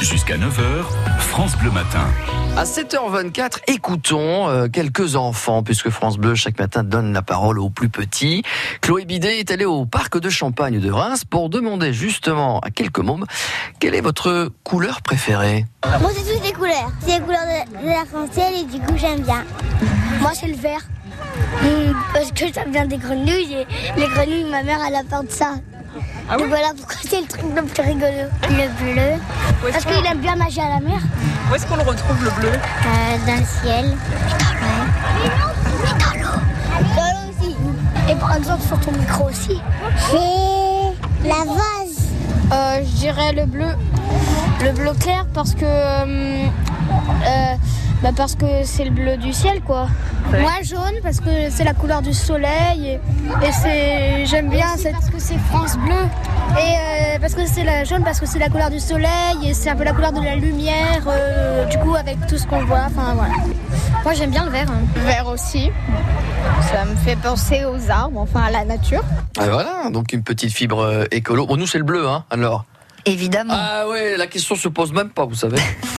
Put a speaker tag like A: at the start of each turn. A: Jusqu'à 9h, France Bleu Matin.
B: À 7h24, écoutons euh, quelques enfants, puisque France Bleu, chaque matin, donne la parole aux plus petits. Chloé Bidet est allée au parc de Champagne de Reims pour demander justement à quelques mômes quelle est votre couleur préférée.
C: Moi, c'est toutes les couleurs. C'est les couleurs de, de l'arc-en-ciel et du coup, j'aime bien. Moi, c'est le vert. Hmm, parce que j'aime bien des grenouilles et les grenouilles, ma mère, elle a peur de ça. Donc voilà pourquoi c'est le truc le plus rigolo. Le bleu.
D: Où est-ce
C: Parce
D: qu'on
C: qu'il aime bien nager à la mer.
D: où est-ce qu'on le retrouve le bleu
E: euh,
C: dans le ciel. Dans l'eau. Dans l'eau aussi. Bah, Et par exemple, sur ton micro aussi. C'est la vase.
E: Euh, je dirais le bleu, le bleu clair parce que euh, euh, bah parce que c'est le bleu du ciel quoi. Moi jaune parce que c'est la couleur du soleil et, c'est j'aime bien parce que c'est France bleu et euh, parce que c'est la jaune parce que c'est la couleur du soleil et c'est un peu la couleur de la lumière euh, du coup avec tout ce qu'on voit enfin voilà. Moi j'aime bien le vert. hein.
F: vert aussi. Ça me fait penser aux arbres, enfin à la nature.
B: Ah, voilà, donc une petpetite fibre euh, écolo. Bon, nous, c'est le bleu, hein, alors.
G: Évidemment.
B: Ah ouais, la question se pose même pas, vous savez.